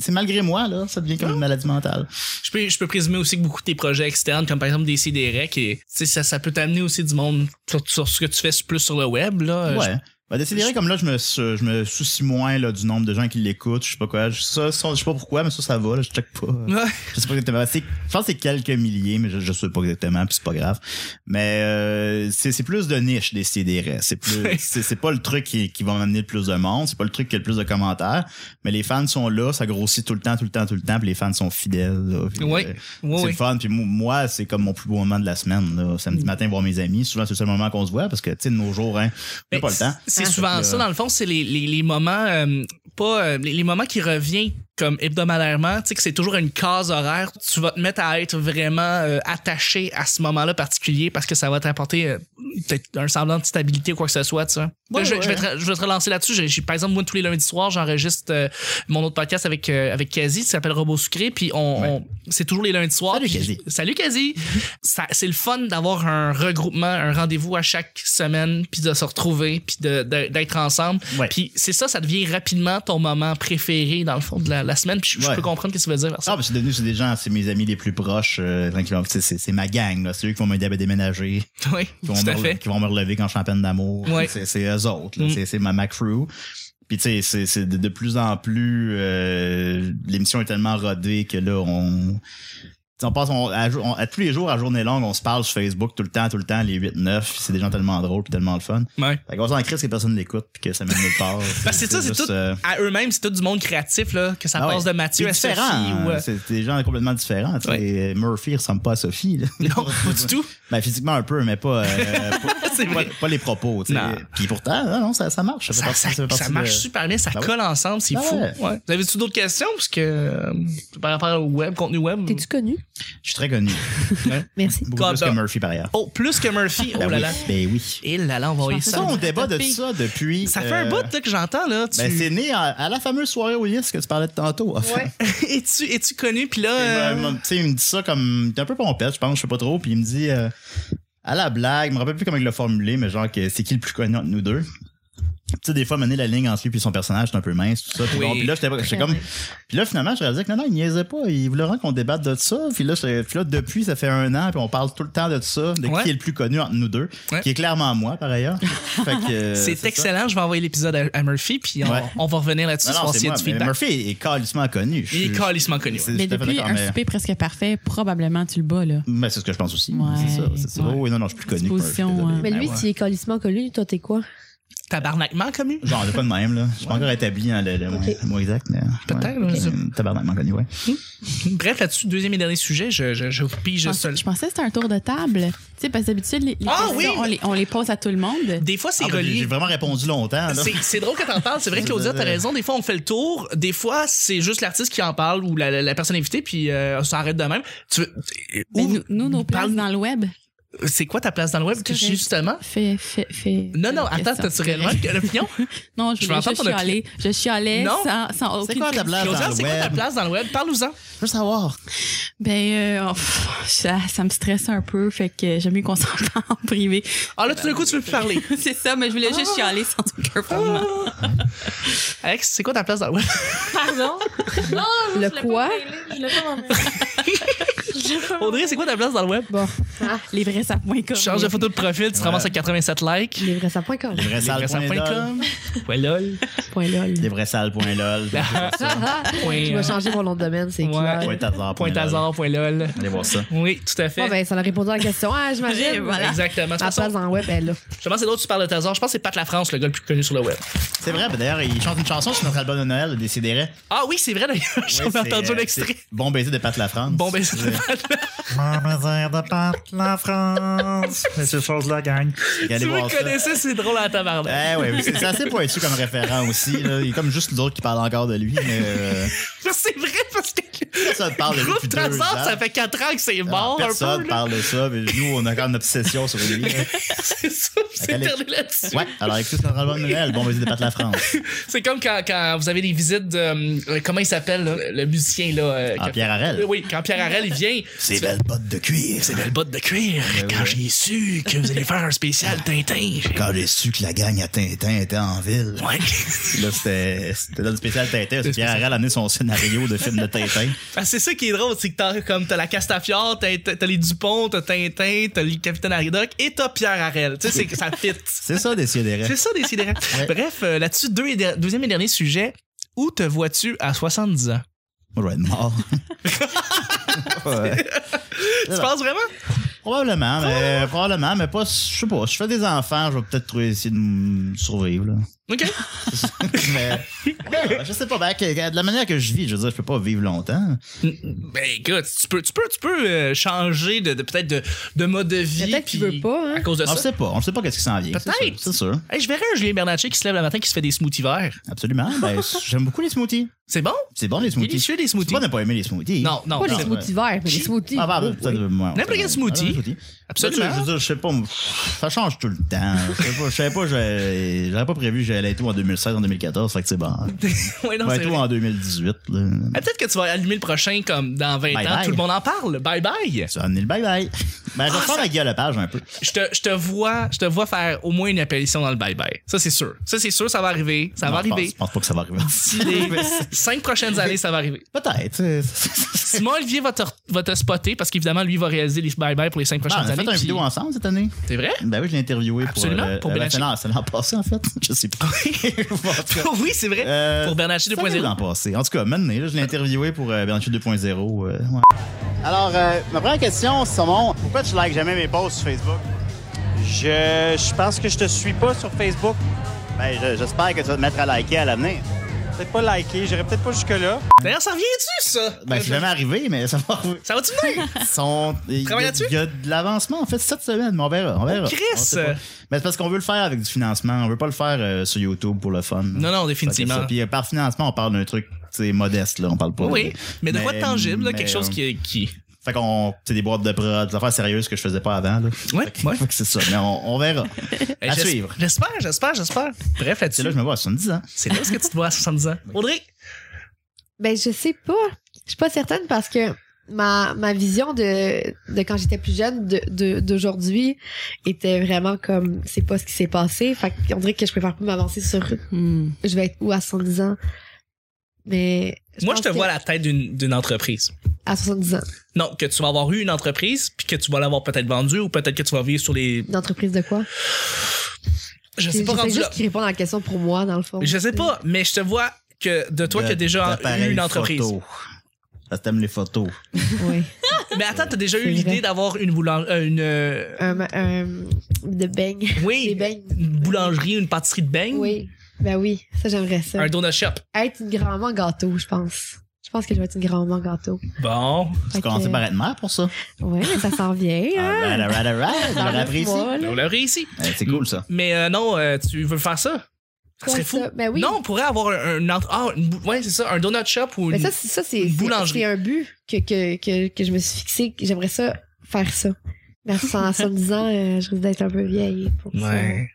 Speaker 2: C'est malgré moi, là, ça devient comme une maladie mentale.
Speaker 1: Je peux, je peux présumer aussi que beaucoup de tes projets externes, comme par exemple des CDR, qui, E tu sais, ça, ça peut t'amener aussi du monde sur, sur ce que tu fais plus sur le web, là. Euh,
Speaker 2: ouais. Bah, décidément, comme là, je me, je me soucie moins là, du nombre de gens qui l'écoutent, je sais pas quoi, je, ça, ça, je sais pas pourquoi, mais ça, ça va, là, je check pas.
Speaker 1: je- Ouais.
Speaker 2: Je sais pas exactement. C'est- Je pense que c'est quelques milliers, mais je, je sais pas exactement, puis c'est pas grave. Mais euh, c'est c'est plus de niche des CDR. C'est plus, c'est c'est pas le truc qui, qui va m'amener le plus de monde, c'est pas le truc qui a le plus de commentaires. Mais les fans sont là, ça grossit tout le temps, tout le temps, tout le temps, puis les fans sont fidèles. là, puis,
Speaker 1: Oui,
Speaker 2: euh,
Speaker 1: oui,
Speaker 2: c'est
Speaker 1: oui. Mm.
Speaker 2: le fun. Puis mo- moi, c'est comme mon plus beau moment de la semaine. Là. Samedi matin, voir mes amis. Souvent, c'est le seul moment qu'on se voit parce que, tu sais, de nos jours, hein, on
Speaker 1: Mais
Speaker 2: n'a pas le temps.
Speaker 1: C'est
Speaker 5: Ah.
Speaker 1: souvent
Speaker 2: Là.
Speaker 1: ça, dans le fond, c'est les, les, les moments, euh, pas, euh, les, les moments qui reviennent comme hebdomadairement, tu sais, que c'est toujours une case horaire. Tu vas te mettre à être vraiment euh, attaché à ce moment-là particulier parce que ça va t'apporter euh, peut-être un semblant de stabilité ou quoi que ce soit, tu sais. Là, je, je vais te, je vais te relancer là-dessus. J'ai- j'ai- par exemple, moi, tous les lundis soirs, j'enregistre euh, mon autre podcast avec, euh, avec Kazi, qui s'appelle Robot Sucré, puis on,
Speaker 2: Ouais.
Speaker 1: on- c'est toujours les lundis soirs.
Speaker 2: Salut,
Speaker 1: puis-
Speaker 2: Kazi.
Speaker 1: Salut, Kazi. Ça- c'est le fun d'avoir un regroupement, un rendez-vous à chaque semaine, puis de se retrouver, puis de- de- d'être ensemble.
Speaker 2: Ouais.
Speaker 1: Puis c'est ça, ça devient rapidement ton moment préféré, dans le fond, de la, la semaine. Puis je- je
Speaker 2: Ouais.
Speaker 1: peux comprendre ce que tu veux dire par ça.
Speaker 2: Ah, ben, c'est devenu, c'est des gens, c'est mes amis les plus proches. euh, qui vont- c'est- c'est c'est ma gang, là. C'est eux qui vont m'aider à déménager.
Speaker 1: oui,
Speaker 2: qui
Speaker 1: tout
Speaker 2: vont, me,
Speaker 1: à fait.
Speaker 2: qui vont me relever quand je suis en peine d'amour.
Speaker 1: Ouais.
Speaker 2: C'est, c'est eux autres. là.
Speaker 1: Mm.
Speaker 2: C'est, c'est ma Mac Crew. Puis tu sais, c'est, c'est de, de plus en plus... euh, l'émission est tellement rodée que là, on... tu sais, On passe on- à, jour- on- à tous les jours, à journée longue, on se parle sur Facebook tout le temps, tout le temps, les 8-9. C'est des gens tellement drôles puis tellement le fun.
Speaker 1: Ouais.
Speaker 2: Fait qu'on s'en crise que personne l'écoute puis que ça mène nulle part.
Speaker 1: Parce que c'est ça, c'est
Speaker 2: juste,
Speaker 1: tout-
Speaker 2: euh,
Speaker 1: À eux-mêmes, c'est tout du monde créatif, là, que ça
Speaker 2: ah ouais.
Speaker 1: passe de Mathieu
Speaker 2: C'est
Speaker 1: à Sophie.
Speaker 2: différent.
Speaker 1: ou, euh,
Speaker 2: C'est des gens complètement différents. tu sais. Murphy il ressemble pas à Sophie. là.
Speaker 1: Non, pas du tout.
Speaker 2: Ben, physiquement un peu, mais pas, euh, pas-
Speaker 1: C'est vrai.
Speaker 2: pas, pas les propos. tu sais.
Speaker 1: Non.
Speaker 2: Puis pourtant, non, non, ça, ça marche. fait
Speaker 1: Ça,
Speaker 2: partie-
Speaker 1: ça-
Speaker 2: fait
Speaker 1: ça
Speaker 2: partie
Speaker 1: marche
Speaker 2: de-
Speaker 1: super bien, ça
Speaker 2: Ben oui.
Speaker 1: colle ensemble, c'est
Speaker 2: Ah
Speaker 1: fou.
Speaker 2: ouais.
Speaker 1: Ouais. Vous avez-tu d'autres questions? Parce que euh, par rapport au web, contenu web.
Speaker 3: T'es-tu connu?
Speaker 2: Je suis très connu.
Speaker 3: Merci.
Speaker 2: Beaucoup
Speaker 1: God
Speaker 2: plus
Speaker 1: damn.
Speaker 2: que Murphy, par ailleurs.
Speaker 1: Oh, plus que Murphy. Oh
Speaker 2: ben,
Speaker 1: là
Speaker 2: oui.
Speaker 1: là.
Speaker 2: ben oui.
Speaker 1: Et là là, on va envoyer
Speaker 5: Je
Speaker 2: C'est
Speaker 5: pensais
Speaker 1: ça.
Speaker 2: ça, on débat de
Speaker 5: tapé.
Speaker 2: ça depuis.
Speaker 1: Ça fait un
Speaker 2: euh,
Speaker 1: bout là, que j'entends, là. Tu...
Speaker 2: Ben, c'est né à, à la fameuse soirée au Yes que tu parlais de tantôt. en fait.
Speaker 1: es-tu, es-tu connu? Puis là.
Speaker 2: Et
Speaker 1: euh,
Speaker 2: ben, tu sais, il me dit ça comme. T'es un peu pompette, je pense, je sais pas trop. Puis il me dit euh, à la blague, je me rappelle plus comment il l'a formulé, mais genre que c'est qui le plus connu entre nous deux. Tu sais, des fois, mener la ligne entre lui puis son personnage, c'est un peu mince, tout ça. Puis
Speaker 1: Oui.
Speaker 2: bon, puis là, j'étais pas- j'étais comme. Puis là, finalement, je réalisais que non, non, il niaisait pas. Il voulait vraiment qu'on débatte de ça. Puis là, c'est- puis là, depuis, ça fait un an, puis on parle tout le temps de ça, de
Speaker 1: Ouais.
Speaker 2: qui est le plus connu entre nous deux,
Speaker 1: Ouais.
Speaker 2: qui est clairement moi, par ailleurs. Fait que, euh,
Speaker 1: c'est,
Speaker 2: ça.
Speaker 1: excellent, je vais envoyer l'épisode à, à Murphy, puis on,
Speaker 2: Ouais.
Speaker 1: on va revenir là-dessus,
Speaker 2: Non, non,
Speaker 1: voir
Speaker 2: c'est
Speaker 1: s'il y a
Speaker 2: moi,
Speaker 1: du
Speaker 2: mais
Speaker 1: feedback.
Speaker 2: Murphy est calissement connu. Je-
Speaker 1: Il est
Speaker 2: je-
Speaker 1: calissement connu.
Speaker 2: c'est-
Speaker 1: ouais.
Speaker 2: je suis
Speaker 5: Mais
Speaker 2: tout à fait
Speaker 5: depuis
Speaker 2: d'accord,
Speaker 5: un
Speaker 2: mais-
Speaker 5: souper presque parfait, probablement tu le bas, là.
Speaker 2: Ben, c'est ce que je pense aussi.
Speaker 5: Ouais,
Speaker 2: c'est ça. C'est ça.
Speaker 5: ouais.
Speaker 2: Oh, oui, non, non, je suis plus connu. que Murphy,
Speaker 3: hein.
Speaker 5: Position,
Speaker 2: désolé.
Speaker 5: ouais.
Speaker 3: Mais
Speaker 2: Ben
Speaker 3: lui,
Speaker 2: ouais.
Speaker 3: s'il est calissement connu, toi, t'es quoi?
Speaker 1: tabarnakement commu?
Speaker 2: Genre, de quoi de même, là. Je suis pas encore établi hein, le, le- le mot exact, mais.
Speaker 1: Peut-être,
Speaker 2: ouais,
Speaker 1: je sais
Speaker 2: euh, Tabarnak, connu, ouais.
Speaker 1: Bref, là-dessus, deuxième et dernier sujet, je, je, je pige
Speaker 5: Je pensais,
Speaker 1: seul.
Speaker 5: je pensais que c'était un tour de table. Tu sais, parce que d'habitude, les, les
Speaker 1: Ah
Speaker 5: questions,
Speaker 1: oui!
Speaker 5: on, les, on les pose à tout le monde.
Speaker 1: Des fois, c'est
Speaker 2: Ah, ben, j'ai- J'ai
Speaker 1: relié.
Speaker 2: vraiment répondu longtemps, là.
Speaker 1: C'est- C'est drôle que t'en parles. C'est vrai, Claudia, t'as raison. Des fois, on fait le tour. Des fois, c'est juste l'artiste qui en parle ou la, la- la personne invitée, puis euh, ça arrête de même. Tu veux-
Speaker 5: Mais
Speaker 1: Ou-
Speaker 5: nous, nous, nos places
Speaker 1: parle-
Speaker 5: dans le web,
Speaker 1: C'est quoi ta place dans le web,
Speaker 5: C'est correct.
Speaker 1: justement?
Speaker 5: fait, fait, fait.
Speaker 1: Non, non,
Speaker 5: fait une
Speaker 1: attends,
Speaker 5: question.
Speaker 1: t'as-tu réellement l'opinion?
Speaker 5: Non, je,
Speaker 1: Je veux
Speaker 5: voulais
Speaker 1: entendre
Speaker 5: juste
Speaker 1: ton
Speaker 5: chialer. Je chialais
Speaker 1: Non.
Speaker 5: sans, sans aucune
Speaker 2: C'est quoi ta place
Speaker 1: Claudia,
Speaker 2: dans le
Speaker 1: c'est quoi ta
Speaker 2: web?
Speaker 1: place dans le web? Parle-nous-en.
Speaker 2: Je veux savoir.
Speaker 5: Ben, euh, oh, pff, ça, ça me stresse un peu, fait que j'aime mieux qu'on s'en parle en privé.
Speaker 1: Ah, là, tout d'un coup, tu veux plus parler.
Speaker 5: C'est ça, mais je voulais juste chialer sans aucun
Speaker 1: Ah!
Speaker 5: fondement.
Speaker 1: Alex, c'est quoi ta place dans le web?
Speaker 4: Pardon? Non, je
Speaker 3: Le
Speaker 4: l'ai
Speaker 3: quoi?
Speaker 4: pas mêlé, Je l'ai pas dans le
Speaker 1: Audrey, c'est quoi ta place dans le web?
Speaker 3: Bon,
Speaker 1: Ah.
Speaker 5: Les vrais sapins comme.
Speaker 1: Tu changes de photo de profil, tu te
Speaker 2: Ouais.
Speaker 1: ramasses à 87 likes.
Speaker 3: les vrais sapins, quand même.
Speaker 2: Lesvraisalles.lol.
Speaker 1: Lesvraisalles.com. Ouais, lol.
Speaker 3: Point lol.
Speaker 2: Lesvraisalles.lol.
Speaker 1: Point,
Speaker 3: Je
Speaker 1: euh,
Speaker 3: vais changer mon nom de domaine, c'est
Speaker 1: Ouais.
Speaker 3: clair.
Speaker 2: Point hasard.
Speaker 1: Point
Speaker 2: lol.
Speaker 1: hasard, point lol.
Speaker 2: Allez voir ça.
Speaker 1: Oui, tout à
Speaker 3: Bon,
Speaker 1: fait.
Speaker 3: ben, ça a répondu à la question. Ah,
Speaker 5: Et
Speaker 3: j'imagine.
Speaker 5: voilà.
Speaker 1: Exactement.
Speaker 3: Ma place dans le web, elle, là.
Speaker 1: Justement, c'est l'autre tu parles de Tazar. Je pense que c'est Pat La France, le gars le plus connu sur le web.
Speaker 2: C'est vrai, ben, d'ailleurs, il chante une chanson sur notre album de Noël, le Décideret.
Speaker 1: Ah oui, c'est vrai d'ailleurs. J'en ai
Speaker 2: Ouais, c'est,
Speaker 1: entendu
Speaker 2: euh,
Speaker 1: l'extrait.
Speaker 2: c'est Bon baiser de Pat La France.
Speaker 1: Bon, ben, c'est
Speaker 2: Bon baiser de Pat La France. Mais ces choses-là gagnent. Allez
Speaker 1: Si vous
Speaker 2: voir
Speaker 1: le
Speaker 2: ça.
Speaker 1: connaissez, c'est drôle à tabarnak.
Speaker 2: Eh ouais, c'est c'est assez pointu comme référent aussi. Là. Il est comme juste l'autre qui parle encore de lui, mais euh,
Speaker 1: C'est vrai parce que
Speaker 2: ça te parle de
Speaker 1: le
Speaker 2: lui
Speaker 1: groupe
Speaker 2: depuis deux ans. Ah,
Speaker 1: Tazar, ça fait 4 ans que c'est mort un
Speaker 2: personne
Speaker 1: peu. là.
Speaker 2: parle de ça, mais nous, on a quand même une obsession sur lui. là.
Speaker 1: C'est ça, c'est
Speaker 2: Avec
Speaker 1: terminé là-dessus.
Speaker 2: Ouais, alors écoute notre album de Noël, Bon baiser de Pat La France.
Speaker 1: C'est comme quand, quand vous avez des visites de. euh, comment il s'appelle, là, le musicien, là. euh,
Speaker 2: Ah,
Speaker 1: quand-
Speaker 2: Pierre Harel.
Speaker 1: Oui, quand Pierre Harel, il vient.
Speaker 2: Ces belles bottes de cuir, c'est
Speaker 1: Belle botte de cuir.
Speaker 2: Ben
Speaker 1: Quand
Speaker 2: oui.
Speaker 1: j'ai su que vous allez faire un spécial Tintin.
Speaker 2: Quand j'ai su que la gang à Tintin était en ville.
Speaker 1: Ouais.
Speaker 2: Là, c'était c'était dans le spécial Tintin. parce que Pierre Harel a amené son scénario de film de Tintin.
Speaker 1: Ah, c'est ça qui est drôle, c'est que t'as comme t'as la Castafiore, t'as, t'as- t'as les Dupont, t'as Tintin, t'as le Capitaine Hardoc et t'as Pierre Harel. Tu sais, c'est que ça fit.
Speaker 2: C'est ça, Décideret.
Speaker 1: C'est ça, décidément.
Speaker 2: Ouais.
Speaker 1: Bref, euh, là-dessus, deux et der- deuxième et dernier sujet. Où te vois-tu à 70 ans?
Speaker 2: Moi, je vais être mort. Ouais.
Speaker 1: Tu penses vraiment?
Speaker 2: Probablement, mais probablement, mais pas. Je sais pas. Je fais des enfants, je vais peut-être trouver essayer de me survivre. Là.
Speaker 1: OK.
Speaker 2: mais ouais, je sais pas. ben, que- que- de la manière que je vis, je veux dire, je peux pas vivre longtemps.
Speaker 1: Ben écoute, tu peux, tu peux, tu peux euh, changer de, de- peut-être de, de mode de vie.
Speaker 3: Peut-être qu'il
Speaker 1: puis
Speaker 3: veut pas, hein.
Speaker 1: À cause de
Speaker 2: On ne
Speaker 1: ça.
Speaker 2: sait pas. On sait pas qu'est-ce qui s'en vient. c'est
Speaker 1: Peut-être.
Speaker 2: sûr, C'est sûr.
Speaker 1: Hey, je verrais un Julien Bernatchez qui se lève le matin qui se fait des smoothies verts.
Speaker 2: Absolument. Ben, j'aime beaucoup les smoothies.
Speaker 1: C'est bon?
Speaker 2: C'est bon les smoothies.
Speaker 1: Délicieux, les smoothies.
Speaker 2: C'est pas de pas aimer les smoothies.
Speaker 1: Non, non,
Speaker 3: Pas
Speaker 1: non.
Speaker 3: les smoothies verts, mais les smoothies.
Speaker 2: Ah, pardon,
Speaker 3: oui,
Speaker 2: peut-être,
Speaker 3: oui.
Speaker 2: euh, moi,
Speaker 1: N'importe
Speaker 2: peut-être,
Speaker 1: quel smoothie.
Speaker 2: euh, smoothie.
Speaker 1: Absolument.
Speaker 2: Je veux dire, je sais pas, moi, ça change tout le temps. Je sais pas, je savais pas, j'avais- j'aurais pas prévu que j'allais être tout en 2016, en 2014, fait que c'est bon.
Speaker 1: Ouais, non,
Speaker 2: On va
Speaker 1: c'est
Speaker 2: être tout
Speaker 1: vrai.
Speaker 2: en 2018, là.
Speaker 1: Ah, peut-être que tu vas allumer le prochain comme dans 20
Speaker 2: Bye
Speaker 1: ans,
Speaker 2: bye.
Speaker 1: tout le monde en parle. Bye bye.
Speaker 2: Ça va amener le bye-bye. Ben, je
Speaker 1: Ah,
Speaker 2: vais faire la gueule page un peu.
Speaker 1: Je te, je te vois, je te vois faire au moins une apparition dans le bye bye. Ça c'est sûr. Ça c'est sûr, ça va arriver, ça va
Speaker 2: Non, je pense-
Speaker 1: arriver.
Speaker 2: Je pense pas que ça va arriver.
Speaker 1: D'ici les cinq prochaines années, ça va arriver.
Speaker 2: Peut-être.
Speaker 1: Simon Olivier va te, va te spotter parce qu'évidemment, lui va réaliser les bye bye pour les cinq
Speaker 2: Ah,
Speaker 1: prochaines
Speaker 2: on a fait
Speaker 1: années.
Speaker 2: une
Speaker 1: puis-
Speaker 2: vidéo ensemble cette année.
Speaker 1: C'est vrai?
Speaker 2: Ben oui, je l'ai interviewé
Speaker 1: Absolument,
Speaker 2: pour. euh,
Speaker 1: pour
Speaker 2: euh, ben,
Speaker 1: Bélanger.
Speaker 2: c'est l'an- c'est l'an passé, en fait. Je sais pas.
Speaker 1: Oh oui, c'est vrai.
Speaker 2: Euh,
Speaker 1: pour Bernatchez
Speaker 2: Ça vient
Speaker 1: 2.0.
Speaker 2: d'en passer. En tout cas, maintenant, là, je l'ai interviewé pour euh, Bernatchez 2.0. euh, ouais.
Speaker 6: Alors, euh, ma première question, Simon, pourquoi tu likes jamais mes posts sur Facebook? Je, je pense que je te suis pas sur Facebook.
Speaker 2: Ben, je- j'espère que tu vas te mettre à liker à l'avenir.
Speaker 6: Peut-être pas liké, j'irai peut-être pas jusque-là.
Speaker 1: D'ailleurs, ça revient-tu, ça? Euh,
Speaker 2: Ben, c'est jamais arrivé, mais ça va arriver.
Speaker 1: Ça va-tu venir?
Speaker 2: Ils sont- il y a-
Speaker 1: Travaille là-dessus? Oh,
Speaker 2: Il y a de l'avancement, en fait, cette semaine, mais on verra. On verra.
Speaker 1: Chris!
Speaker 2: On sait pas. Mais c'est parce qu'on veut le faire avec du financement. On veut pas le faire euh, sur YouTube pour le fun.
Speaker 1: non, non,
Speaker 2: Fait que
Speaker 1: définitivement.
Speaker 2: ça. Puis euh, par financement, on parle d'un truc c'est modeste là on parle pas
Speaker 1: Oui, mais de quoi de tangible, là,
Speaker 2: mais, euh,
Speaker 1: quelque chose qui. est- qui...
Speaker 2: fait qu'on c'est des boîtes de prod des affaires sérieuses que je faisais pas avant là
Speaker 1: Ouais, ouais.
Speaker 2: Fait que c'est ça mais on, on verra
Speaker 1: Eh,
Speaker 2: à
Speaker 1: j'es-
Speaker 2: suivre
Speaker 1: J'espère, j'espère, j'espère. Bref, là-dessus,
Speaker 2: c'est là je me vois à 70 ans
Speaker 1: c'est là où est-ce que tu te vois à 70 ans. Audrey,
Speaker 3: Ben, je sais pas. Je suis pas certaine parce que ma, ma vision de, de quand j'étais plus jeune de- de- d'aujourd'hui était vraiment comme c'est pas ce qui s'est passé. Fait qu'on dirait que je préfère pas m'avancer sur
Speaker 5: Hmm.
Speaker 3: je vais être où à 70 ans. Mais.
Speaker 1: moi, je
Speaker 3: pense
Speaker 1: te
Speaker 3: que
Speaker 1: vois à la tête d'une d'une entreprise.
Speaker 3: À 70 ans,
Speaker 1: Non, que tu vas avoir eu une entreprise, puis que tu vas l'avoir peut-être vendue, ou peut-être que tu vas vivre sur les.
Speaker 3: une entreprise de quoi?
Speaker 1: Je sais
Speaker 3: C'est
Speaker 1: pas rendu là.
Speaker 3: juste qui répond à la question pour moi, dans le fond.
Speaker 1: Je sais pas, mais je te vois que de toi qui as déjà eu
Speaker 2: D'appareils
Speaker 1: une entreprise.
Speaker 2: photo. ça t'aime les photos
Speaker 3: Oui.
Speaker 1: Mais attends, t'as déjà eu
Speaker 3: C'est
Speaker 1: l'idée
Speaker 3: vrai.
Speaker 1: d'avoir une boulangerie. une, euh,
Speaker 3: Un, un, de beignes. Des
Speaker 1: oui,
Speaker 3: beignes.
Speaker 1: une boulangerie, une pâtisserie de beignes.
Speaker 3: Oui. Ben oui, ça, j'aimerais ça.
Speaker 1: Un donut shop.
Speaker 3: Être une grand-maman gâteau, je pense. Je pense que je vais être une grand-maman gâteau.
Speaker 1: Bon.
Speaker 2: Tu
Speaker 3: Fait
Speaker 2: commences
Speaker 3: que-
Speaker 2: par être mère pour ça. Ah,
Speaker 3: Ouais, mais ça s'en vient, hein?
Speaker 2: Alright, alright, alright. Je
Speaker 3: Dans
Speaker 2: l'aurais
Speaker 3: neuf
Speaker 2: apprécié.
Speaker 3: mois, là.
Speaker 1: On l'a réussi.
Speaker 2: Eh, C'est cool, ça.
Speaker 1: Mais euh, non, euh, tu veux faire ça? Ça serait
Speaker 3: Quoi,
Speaker 1: fou.
Speaker 3: ça? Ben oui.
Speaker 1: Non, on pourrait avoir un. un entre- ah, une bou- ouais, c'est ça, un donut shop ou
Speaker 3: Mais
Speaker 1: une-
Speaker 3: Ben ça, c'est- ça c'est
Speaker 1: Une
Speaker 3: c'est-
Speaker 1: boulangerie.
Speaker 3: c'est un but que, que, que, que je me suis fixé. que J'aimerais ça faire ça. Mais en 70 ans, euh, je risque d'être un peu vieille pour ça.
Speaker 1: Ouais.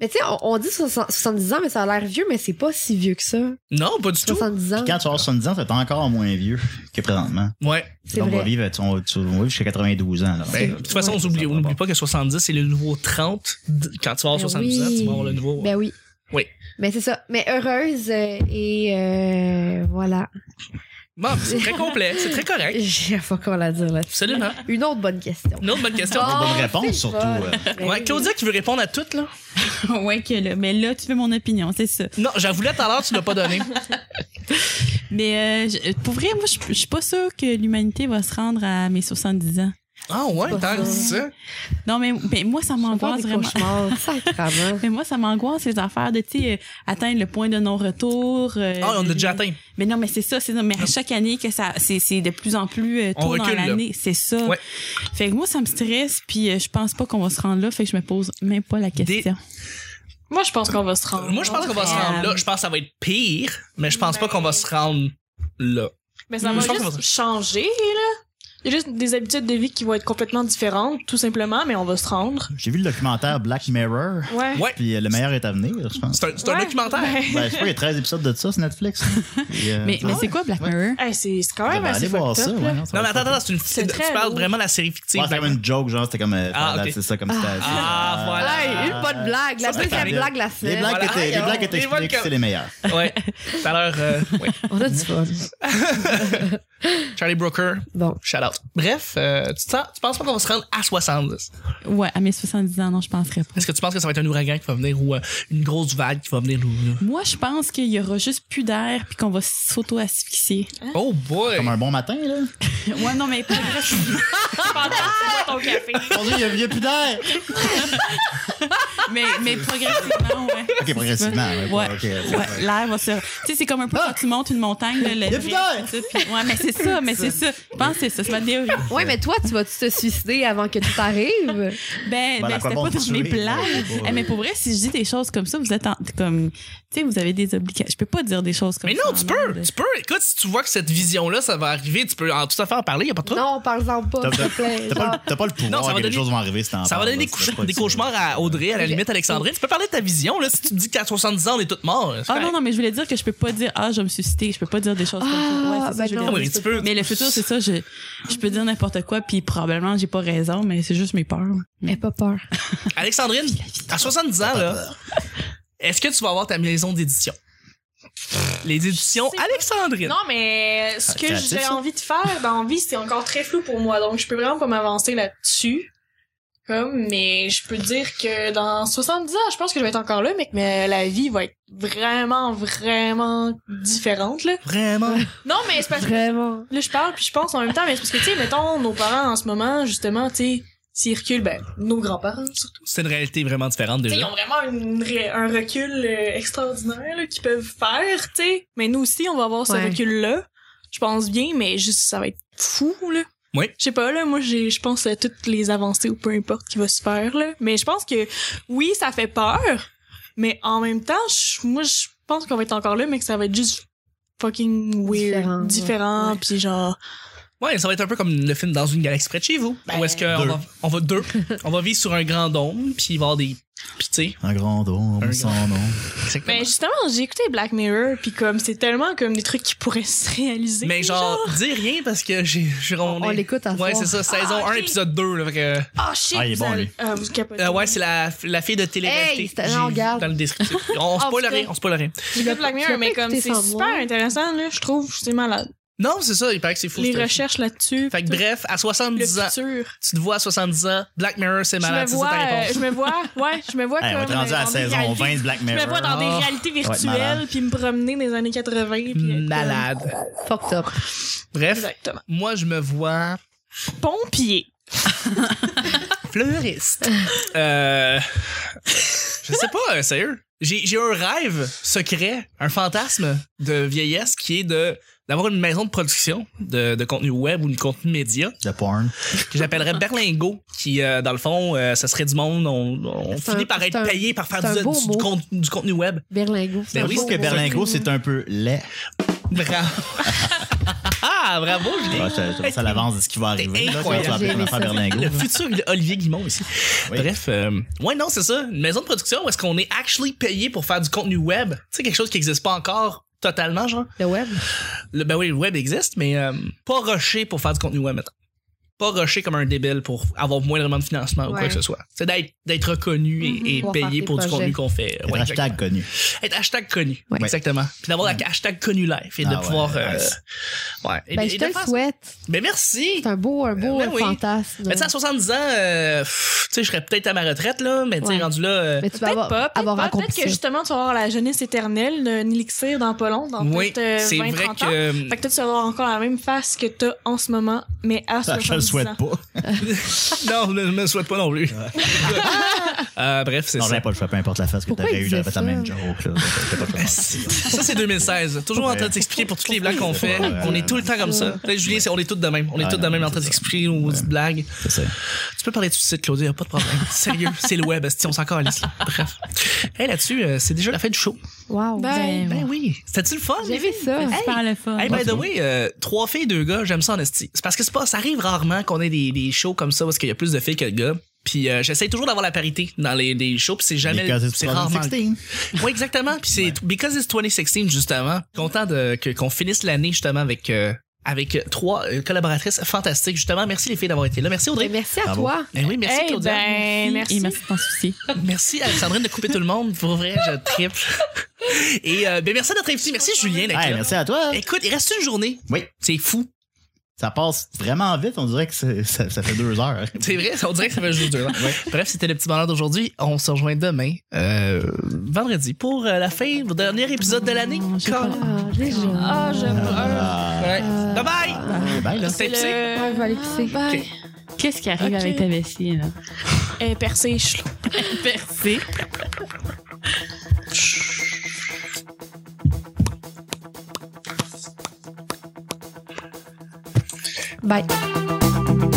Speaker 3: Mais tu sais, on, on dit 60 70 ans, mais ça a l'air vieux, mais c'est pas si vieux que ça.
Speaker 1: Non, pas du tout.
Speaker 3: 70 ans.
Speaker 2: Quand tu as 70 ans, tu es encore moins vieux que présentement.
Speaker 1: Ouais.
Speaker 3: C'est
Speaker 2: Donc, on va
Speaker 3: vrai.
Speaker 2: vivre, tu- on- tu- on va vivre jusqu'à 92 ans. là.
Speaker 1: Ben, de
Speaker 2: Donc,
Speaker 1: toute façon, on oublie, on n'oublie pas que 70, c'est le nouveau 30. D- Quand tu vas avoir
Speaker 3: Ben
Speaker 1: 70 ans,
Speaker 3: oui.
Speaker 1: tu vas avoir le nouveau.
Speaker 3: Ben oui.
Speaker 1: Oui.
Speaker 3: Mais c'est ça. Mais heureuse euh, et euh, voilà.
Speaker 1: Bon, c'est très complet, c'est très correct.
Speaker 3: J'ai pas qu'on la dire là-dessus.
Speaker 1: Absolument.
Speaker 3: Une autre bonne question.
Speaker 1: Une autre bonne question.
Speaker 2: Une bonne
Speaker 3: Oh,
Speaker 2: réponse,
Speaker 3: c'est
Speaker 2: surtout,
Speaker 3: bon.
Speaker 2: euh.
Speaker 3: Ben
Speaker 1: Ouais,
Speaker 3: oui.
Speaker 1: Claudia qui veut répondre à toutes, là.
Speaker 5: ouais, que là. Mais là, tu veux mon opinion, c'est ça.
Speaker 1: Non, j'en voulais tout à l'heure, tu l'as pas donné.
Speaker 5: Mais euh, je- pour vrai, moi, je je suis pas sûre que l'humanité va se rendre à mes 70 ans.
Speaker 1: Ah ouais,
Speaker 3: C'est pas
Speaker 1: tant
Speaker 3: ça.
Speaker 1: ça.
Speaker 5: Non, mais, mais moi, ça
Speaker 3: Je vais faire
Speaker 5: m'angoisse
Speaker 3: des
Speaker 5: vraiment.
Speaker 3: cauchemars, sacrément.
Speaker 5: Mais moi, ça m'angoisse, ces affaires de, tu sais, euh, atteindre le point de non-retour. euh,
Speaker 1: Ah, on a déjà atteint.
Speaker 5: Mais non, mais c'est ça, c'est ça. Mais à chaque année que ça, c'est c'est de plus en plus euh,
Speaker 1: On
Speaker 5: tôt dans
Speaker 1: recule, là.
Speaker 5: l'année, c'est ça.
Speaker 1: Ouais.
Speaker 5: Fait que moi, ça me stresse, puis euh, je pense pas qu'on va se rendre là, fait que je me pose même pas la question.
Speaker 4: Moi, je pense qu'on va se rendre.
Speaker 1: Euh, Moi, je pense qu'on va se rendre là. Je pense que ça va être pire, mais je pense pas qu'on va se rendre là.
Speaker 4: Mais ça
Speaker 1: Je
Speaker 4: va
Speaker 1: pense qu'on
Speaker 4: juste
Speaker 1: va-
Speaker 4: changer, là. Il y a juste des habitudes de vie qui vont être complètement différentes, tout simplement, mais on va se rendre.
Speaker 2: J'ai vu le documentaire Black Mirror,
Speaker 4: Ouais.
Speaker 1: Ouais,
Speaker 2: puis euh, le meilleur est à venir, je pense.
Speaker 1: c'est un, c'est un
Speaker 4: Ouais.
Speaker 1: documentaire.
Speaker 4: Ouais.
Speaker 2: Ben, je sais pas, il y a 13 épisodes de ça sur Netflix. Et,
Speaker 1: Ah,
Speaker 2: euh,
Speaker 5: mais
Speaker 2: tu
Speaker 5: mais
Speaker 2: vois,
Speaker 5: c'est quoi Black
Speaker 2: Ouais.
Speaker 5: Mirror?
Speaker 4: Hey, c'est c'est quand
Speaker 2: ben,
Speaker 4: même assez
Speaker 2: allez voir
Speaker 4: fucked
Speaker 2: ça.
Speaker 4: up,
Speaker 2: ouais,
Speaker 4: là.
Speaker 2: non, ça
Speaker 1: Non,
Speaker 2: va
Speaker 1: mais
Speaker 2: être
Speaker 1: attends,
Speaker 2: cool.
Speaker 1: attends, c'est une
Speaker 4: C'est
Speaker 1: tu
Speaker 4: très
Speaker 1: parles
Speaker 4: lourd.
Speaker 1: vraiment de la série fictive.
Speaker 2: Ouais, c'est comme une joke, genre, c'était comme. euh,
Speaker 1: Ah,
Speaker 2: faire-
Speaker 1: ok.
Speaker 2: C'est ça, comme c'était.
Speaker 1: Ah, voilà.
Speaker 3: Hey, une bonne blague.
Speaker 1: Ça,
Speaker 3: La
Speaker 1: c'est
Speaker 3: deuxième
Speaker 1: pareil.
Speaker 3: blague de la
Speaker 2: Les
Speaker 3: semaine.
Speaker 2: blagues
Speaker 1: Voilà.
Speaker 2: que t'es- les
Speaker 1: Ah,
Speaker 2: blagues que
Speaker 1: les bonnes
Speaker 2: t'expliques,
Speaker 1: que-
Speaker 2: c'est les meilleures.
Speaker 1: Ouais. Tout à l'heure, euh, ouais.
Speaker 3: On a du fun.
Speaker 1: Charlie Brooker,
Speaker 3: Bon.
Speaker 1: shout out. Bref, euh, tu, te sens- tu penses pas qu'on va se rendre à 70?
Speaker 5: Ouais, à mes 70 ans, non, je penserais pas.
Speaker 1: Est-ce que tu penses que ça va être un ouragan qui va venir ou euh, une grosse vague qui va venir nous. nous-
Speaker 5: Moi, je pense qu'il y aura juste plus d'air, puis qu'on va s'auto-asphyxier.
Speaker 4: Hein?
Speaker 1: Oh boy!
Speaker 2: Comme un bon matin, là.
Speaker 5: ouais, non, mais pas vrai.
Speaker 4: Ah, ben, ton café.
Speaker 2: Mon Dieu, il y a- il y a plus d'air.
Speaker 5: mais, mais progressivement, ouais.
Speaker 2: Ok, progressivement.
Speaker 5: Ouais.
Speaker 2: ok, ok.
Speaker 5: Ouais, l'air va se. Tu sais, c'est comme un peu quand tu montes une montagne. Là, le...
Speaker 2: Ah! Y a plus d'air!
Speaker 5: c'est ça, puis- Ouais, mais c'est ça, mais c'est ça. Je pense que c'est ça, c'est ma théorie.
Speaker 3: Ouais, mais toi, tu vas te suicider avant que tout t'arrive?
Speaker 5: Ben,
Speaker 2: Ben, à quoi
Speaker 5: ben c'était
Speaker 2: bon
Speaker 5: pas
Speaker 2: te
Speaker 5: dans mes
Speaker 2: tuer?
Speaker 5: plans.
Speaker 2: Ouais, ouais.
Speaker 5: Eh, mais pour vrai, si je dis des choses comme ça, vous êtes en- comme. Tu sais, vous avez des obligations. Je peux pas dire des choses comme
Speaker 1: Mais
Speaker 5: ça.
Speaker 1: non, tu
Speaker 5: en
Speaker 1: peux!
Speaker 5: ondes.
Speaker 1: Tu peux! Écoute, si tu vois que cette vision-là, ça va arriver, tu peux en tout à fait en parler, y a pas de trouble.
Speaker 3: non, parle-en pas, s'il te plaît.
Speaker 2: T'as pas, le- t'as pas le pouvoir
Speaker 1: Non, ça va
Speaker 2: que les
Speaker 1: donner-
Speaker 2: choses vont arriver, c'est en
Speaker 1: Ça va
Speaker 2: parle,
Speaker 1: donner des,
Speaker 2: là,
Speaker 1: couche-
Speaker 2: c'est pas
Speaker 1: des
Speaker 2: ça.
Speaker 1: cauchemars à Audrey, à la
Speaker 3: Ok.
Speaker 1: limite, Alexandrine. Tu peux parler de ta vision, là. Si tu te dis qu'à 70 ans, on est toutes morts. c'est
Speaker 5: Ah
Speaker 1: correct.
Speaker 5: non, non, mais je voulais dire que je peux pas dire Ah, je vais me susciter. Je peux pas dire des choses comme ça.
Speaker 3: Ah,
Speaker 5: Ouais, c'est ça,
Speaker 3: ben
Speaker 5: je voulais
Speaker 1: Ah
Speaker 3: non.
Speaker 5: dire.
Speaker 1: oui, mais tu peux.
Speaker 5: Mais le futur, c'est ça. Je, je peux dire n'importe quoi, puis probablement, j'ai pas raison, mais c'est juste mes peurs.
Speaker 3: Mais pas peur.
Speaker 1: Alexandrine, à 70 ans, là, est-ce que tu vas avoir ta maison d'édition? Les éditions
Speaker 4: Je sais pas.
Speaker 1: Alexandrine.
Speaker 4: Non, mais ce que
Speaker 2: créatif,
Speaker 4: j'ai
Speaker 2: ça.
Speaker 4: envie de faire dans la vie, c'est encore très flou pour moi, donc je peux vraiment pas m'avancer là-dessus. Comme, mais je peux dire que dans 70 ans, je pense que je vais être encore là, mais que mais la vie va être vraiment, vraiment différente, là.
Speaker 1: Vraiment?
Speaker 4: Non, mais c'est parce que
Speaker 3: Vraiment.
Speaker 4: là, je parle puis je pense en même temps, mais c'est parce que, tu sais, mettons, nos parents en ce moment, justement, tu sais, s'ils reculent, ben, nos grands-parents, surtout.
Speaker 1: C'est une réalité vraiment différente
Speaker 4: Tu sais, ils
Speaker 1: déjà.
Speaker 4: ont vraiment une ré- un recul euh, extraordinaire là, qu'ils peuvent faire, tu sais. Mais nous aussi, on va avoir ce
Speaker 3: Ouais.
Speaker 4: recul-là. Je pense bien, mais juste, ça va être fou, là.
Speaker 1: Oui.
Speaker 4: Je sais pas, là, moi, j'ai- je pense à toutes les avancées ou peu importe qui va se faire, là. Mais je pense que, oui, ça fait peur, mais en même temps, je- moi, je pense qu'on va être encore là, mais que ça va être juste fucking
Speaker 3: Différent,
Speaker 4: weird, différent,
Speaker 3: ouais. Ouais.
Speaker 4: puis genre...
Speaker 1: Ouais, ça va être un peu comme le film Dans une galaxie près de chez vous.
Speaker 4: Ben,
Speaker 1: Où est-ce qu'on
Speaker 2: deux.
Speaker 1: va, on va deux, on va vivre sur un grand dôme, puis il va y avoir des. Puis tu sais,
Speaker 2: Un grand
Speaker 1: Un
Speaker 2: homme sans nom.
Speaker 4: Mais
Speaker 1: exactement.
Speaker 4: justement, j'ai écouté Black Mirror, puis comme, c'est tellement comme des trucs qui pourraient se réaliser.
Speaker 1: Mais genre, dis rien parce que j'ai. j'ai-
Speaker 3: On, on
Speaker 1: est-
Speaker 3: l'écoute à
Speaker 1: Ouais,
Speaker 3: soir.
Speaker 1: c'est ça, saison
Speaker 4: Ah,
Speaker 1: 1,
Speaker 4: ok.
Speaker 1: épisode 2. Là, fait que-
Speaker 4: Ah, shit!
Speaker 2: Ah, il est
Speaker 4: vous
Speaker 2: bon,
Speaker 4: allez-
Speaker 2: lui.
Speaker 4: Ah, vous capotez.
Speaker 1: Euh, ouais, c'est la, la fille de télé
Speaker 3: Hey, c'était- non, regarde.
Speaker 1: dans le descriptif. On spoil
Speaker 4: En tout
Speaker 1: rien,
Speaker 4: cas.
Speaker 1: on spoil rien.
Speaker 4: J'ai fait Black
Speaker 3: Tu
Speaker 4: Mirror,
Speaker 3: l'as
Speaker 4: mais
Speaker 3: pas
Speaker 4: comme
Speaker 3: écouté
Speaker 4: c'est
Speaker 3: sans
Speaker 4: super
Speaker 3: moi.
Speaker 4: intéressant, là, je trouve, c'est malade.
Speaker 1: Non, c'est ça, il paraît que c'est fou.
Speaker 4: Les
Speaker 1: c'est-
Speaker 4: recherches là-dessus.
Speaker 1: Fait que
Speaker 4: tout.
Speaker 1: bref, à
Speaker 4: le
Speaker 1: 70 ans,
Speaker 4: futur.
Speaker 1: tu te vois à 70 ans, Black Mirror, c'est
Speaker 4: Je me
Speaker 1: malade, c'est ça
Speaker 4: vois,
Speaker 1: ta
Speaker 4: euh,
Speaker 1: réponse.
Speaker 4: je me vois, ouais, je me vois
Speaker 2: Hey, on va
Speaker 4: comme.
Speaker 2: être rendu
Speaker 4: euh,
Speaker 2: à la
Speaker 4: dans des
Speaker 2: saison
Speaker 4: réalités-
Speaker 2: 20 de Black
Speaker 4: Je
Speaker 2: Mirror.
Speaker 4: me vois dans des
Speaker 1: Ah.
Speaker 4: réalités
Speaker 2: être
Speaker 4: virtuelles,
Speaker 2: malade.
Speaker 4: puis me promener dans les années 80. Puis être comme-
Speaker 1: Malade.
Speaker 3: Fucked up.
Speaker 1: Bref,
Speaker 4: Exactement.
Speaker 1: moi, je me vois
Speaker 4: pompier.
Speaker 1: Fleuriste. Euh, je sais pas, euh, sérieux. J'ai j'ai un rêve secret, un fantasme de vieillesse qui est de d'avoir une maison de production de, de contenu web ou de contenu média
Speaker 2: De porn.
Speaker 1: que
Speaker 3: Ah.
Speaker 1: j'appellerais Berlingo, qui, euh, dans le fond, euh, ça serait du monde. On, on
Speaker 3: C'est
Speaker 1: finit
Speaker 3: un-
Speaker 1: par
Speaker 3: c'est
Speaker 1: être
Speaker 3: un-
Speaker 1: payé par faire
Speaker 3: c'est un
Speaker 1: du,
Speaker 3: beau
Speaker 1: du
Speaker 3: mot.
Speaker 1: con- du contenu web.
Speaker 3: Berlingo.
Speaker 1: Ben oui,
Speaker 2: Parce que
Speaker 1: c'est
Speaker 2: Berlingo, c'est un peu laid.
Speaker 1: Bravo. ah, bravo, Julie.
Speaker 2: Ah, je- je- ça l'avance de ce qui va arriver. Là, quand tu vas
Speaker 1: incroyable.
Speaker 2: appeler l'enfant Berlingo.
Speaker 1: Le futur Olivier Guimont ici.
Speaker 2: Oui.
Speaker 1: Bref, euh, ouais, non, c'est ça. Une maison de production où est-ce qu'on est actually payé pour faire du contenu web. Tu sais, quelque chose qui n'existe pas encore totalement, genre.
Speaker 3: Le web.
Speaker 1: Le- ben oui, le web existe, mais euh, pas rusher pour faire du contenu web, mettons. Pas rusher comme un débile pour avoir moindrement de financement ou quoi
Speaker 3: Ouais.
Speaker 1: que ce soit. C'est d'être, d'être reconnu et- et,
Speaker 3: Pouvoir faire
Speaker 1: payé
Speaker 3: tes
Speaker 1: pour du
Speaker 3: projets.
Speaker 1: contenu qu'on fait.
Speaker 2: C'est
Speaker 1: Ouais,
Speaker 2: un hashtag connu.
Speaker 1: exactement. Être hashtag connu.
Speaker 3: Ouais.
Speaker 1: Exactement. Puis d'avoir la hashtag connu live et
Speaker 2: Ah
Speaker 1: de
Speaker 2: ouais,
Speaker 1: pouvoir. euh,
Speaker 2: nice.
Speaker 1: ouais. Et de-
Speaker 3: Ben,
Speaker 1: et
Speaker 3: je
Speaker 1: de
Speaker 3: te le
Speaker 1: faire ça.
Speaker 3: souhaite.
Speaker 1: Ben merci.
Speaker 3: C'est un beau, un beau
Speaker 1: Ben oui.
Speaker 3: fantasme.
Speaker 1: Mais tu sais, à 70 ans, euh, pff, tu sais, je serais peut-être à ma retraite, là, mais tu sais,
Speaker 3: Ouais.
Speaker 1: rendu là. euh,
Speaker 3: Mais tu vas
Speaker 4: Peut-être
Speaker 3: avoir,
Speaker 4: pas. Peut-être
Speaker 3: avoir
Speaker 4: pas.
Speaker 3: accompli
Speaker 4: Peut-être que
Speaker 3: ça.
Speaker 4: justement, tu vas avoir la jeunesse éternelle, un élixir dans pas long, dans
Speaker 1: oui,
Speaker 3: euh,
Speaker 4: peut-être
Speaker 1: c'est
Speaker 4: 20,
Speaker 1: vrai
Speaker 4: 30 ans.
Speaker 1: que. euh,
Speaker 4: Fait que toi, tu vas avoir encore la même face que t'as en ce moment, mais à
Speaker 2: Ah,
Speaker 4: 70
Speaker 2: Je le souhaite
Speaker 4: ans.
Speaker 2: pas.
Speaker 1: non, je ne me le souhaite pas non plus. Euh, bref, c'est
Speaker 2: Non,
Speaker 1: ça.
Speaker 2: j'avais pas le choix, peu importe la face que
Speaker 3: Pourquoi
Speaker 2: t'aurais
Speaker 3: il
Speaker 2: eu, j'aurais
Speaker 3: disait
Speaker 2: fait la
Speaker 3: ça?
Speaker 2: même joke. là. J'avais pas le choix.
Speaker 1: Ça, c'est 2016. Toujours en train de t'expliquer pour toutes les blagues qu'on fait. On est tout le temps comme ça. Là, Julien, c'est- on est tous de même. On est
Speaker 2: Ah,
Speaker 1: tous de
Speaker 2: non,
Speaker 1: même en
Speaker 2: c'est
Speaker 1: train
Speaker 2: ça.
Speaker 1: d'expliquer nos petites blagues.
Speaker 2: C'est ça.
Speaker 1: Tu peux parler de suicide, Claudia, y a pas de problème. Sérieux, c'est le web, esti, on s'en calisse, là. Bref. Hey, là-dessus, euh, c'est déjà la fin du show.
Speaker 3: Wow.
Speaker 5: Ben,
Speaker 1: Ben oui. C'était-tu le fun?
Speaker 3: J'ai vu ça.
Speaker 5: C'est super le fun.
Speaker 1: Hey, by the way, euh, trois filles, deux gars, j'aime ça en esti. C'est parce que c'est pas, ça arrive rarement qu'on ait des, des shows comme ça parce qu'il y a plus de filles que de gars. Puis euh, j'essaie toujours d'avoir la parité dans les, des shows, puis c'est jamais.
Speaker 2: Because it's
Speaker 1: C'est rarement.
Speaker 2: 2016.
Speaker 1: Oui, exactement. Puis c'est Because it's 2016, justement. Content de, que, qu'on finisse l'année, justement, avec, euh, avec euh, trois euh, collaboratrices fantastiques, justement. Merci les filles d'avoir été là. Merci Audrey.
Speaker 3: Ben, Merci à
Speaker 2: Bravo.
Speaker 3: toi.
Speaker 1: Eh oui, merci
Speaker 4: Eh
Speaker 1: Claudia.
Speaker 4: ben,
Speaker 5: Et
Speaker 4: merci.
Speaker 5: merci de ton souci.
Speaker 1: Merci Alexandrine de couper tout le monde. Pour vrai, je triple. Et euh, ben, merci à notre invité. Merci Julien d'être
Speaker 2: Hey,
Speaker 1: là.
Speaker 2: Merci à toi.
Speaker 1: Écoute, il reste une journée.
Speaker 2: Oui.
Speaker 1: C'est fou.
Speaker 2: Ça passe vraiment vite. On dirait que c'est- ça, ça fait deux heures.
Speaker 1: C'est vrai, on dirait que ça fait juste deux ans. Bref, c'était le petit bonheur d'aujourd'hui. On se rejoint demain, euh, vendredi, pour euh, la fin, le dernier épisode de l'année.
Speaker 5: j'ai pas-
Speaker 3: Ah, déjà.
Speaker 4: Ah, j'aime
Speaker 2: Ah,
Speaker 1: Ouais. Bye bye!
Speaker 2: bye, là.
Speaker 1: C'est psy.
Speaker 4: le...
Speaker 3: Ah, je vais aller pisser.
Speaker 4: Bye.
Speaker 5: Qu'est-ce qui arrive
Speaker 4: Ok.
Speaker 5: avec ta vessie, là?
Speaker 4: Eh, percé, je suis
Speaker 5: Percé.
Speaker 3: Bye.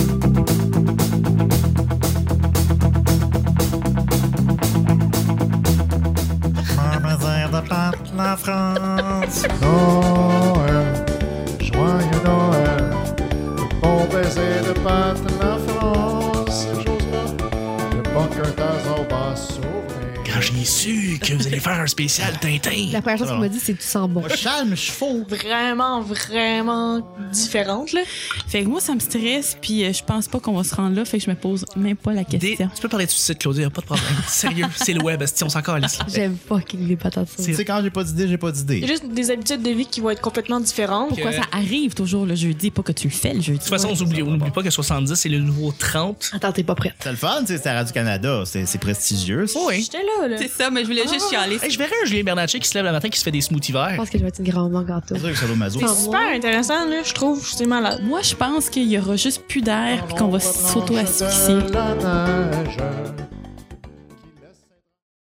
Speaker 7: de de la France. Noël, joyeux Noël. Le bon baiser de pâte de la France. Ces choses-là, le bon qu'un tas au bas s'ouvrir.
Speaker 1: Quand j'ai su que vous allez faire un spécial Tintin,
Speaker 3: La première chose qu'on m'a dit, c'est tu sens bon.
Speaker 2: Moi, je calme, je suis faux.
Speaker 4: vraiment, vraiment différente, là.
Speaker 5: Fait que moi, ça me stresse, puis euh, je pense pas qu'on va se rendre là, fait que je me pose même pas la
Speaker 1: des-
Speaker 5: question.
Speaker 1: tu peux parler de suicide, Claudia, y a pas de problème. Sérieux, c'est le web, esti, on s'en calisse.
Speaker 3: J'aime fucking les patates
Speaker 2: Tu
Speaker 3: sauces.
Speaker 2: sais, quand j'ai pas d'idée, j'ai pas
Speaker 4: C'est
Speaker 2: d'idée.
Speaker 4: juste des habitudes de vie qui vont être complètement différentes.
Speaker 5: Pourquoi
Speaker 1: que-
Speaker 5: ça arrive toujours le jeudi, pas que tu le fais le jeudi?
Speaker 1: De toute façon, on s'oublie- on n'oublie pas que 70, c'est le nouveau 30.
Speaker 3: Attends, t'es pas prête.
Speaker 2: C'est le fun, tu sais, c'est à Radio-Canada. C'est c'est prestigieux. ça.
Speaker 1: Oui.
Speaker 4: J'étais là, là.
Speaker 5: C'est ça, mais je voulais juste chialer.
Speaker 1: Hey, je verrais un Julien Bernatchez qui se lève le matin qui se fait des smoothies
Speaker 3: Je
Speaker 1: verts.
Speaker 3: pense que je vais être une grand-maman gâteau.
Speaker 2: C'est sûr que ça doit maso.
Speaker 4: C'est super intéressant, là, je trouve. C'est malade.
Speaker 5: Moi, je pense qu'il y aura juste plus d'air, puis qu'on va s'auto-asphyxier.
Speaker 7: De la neige.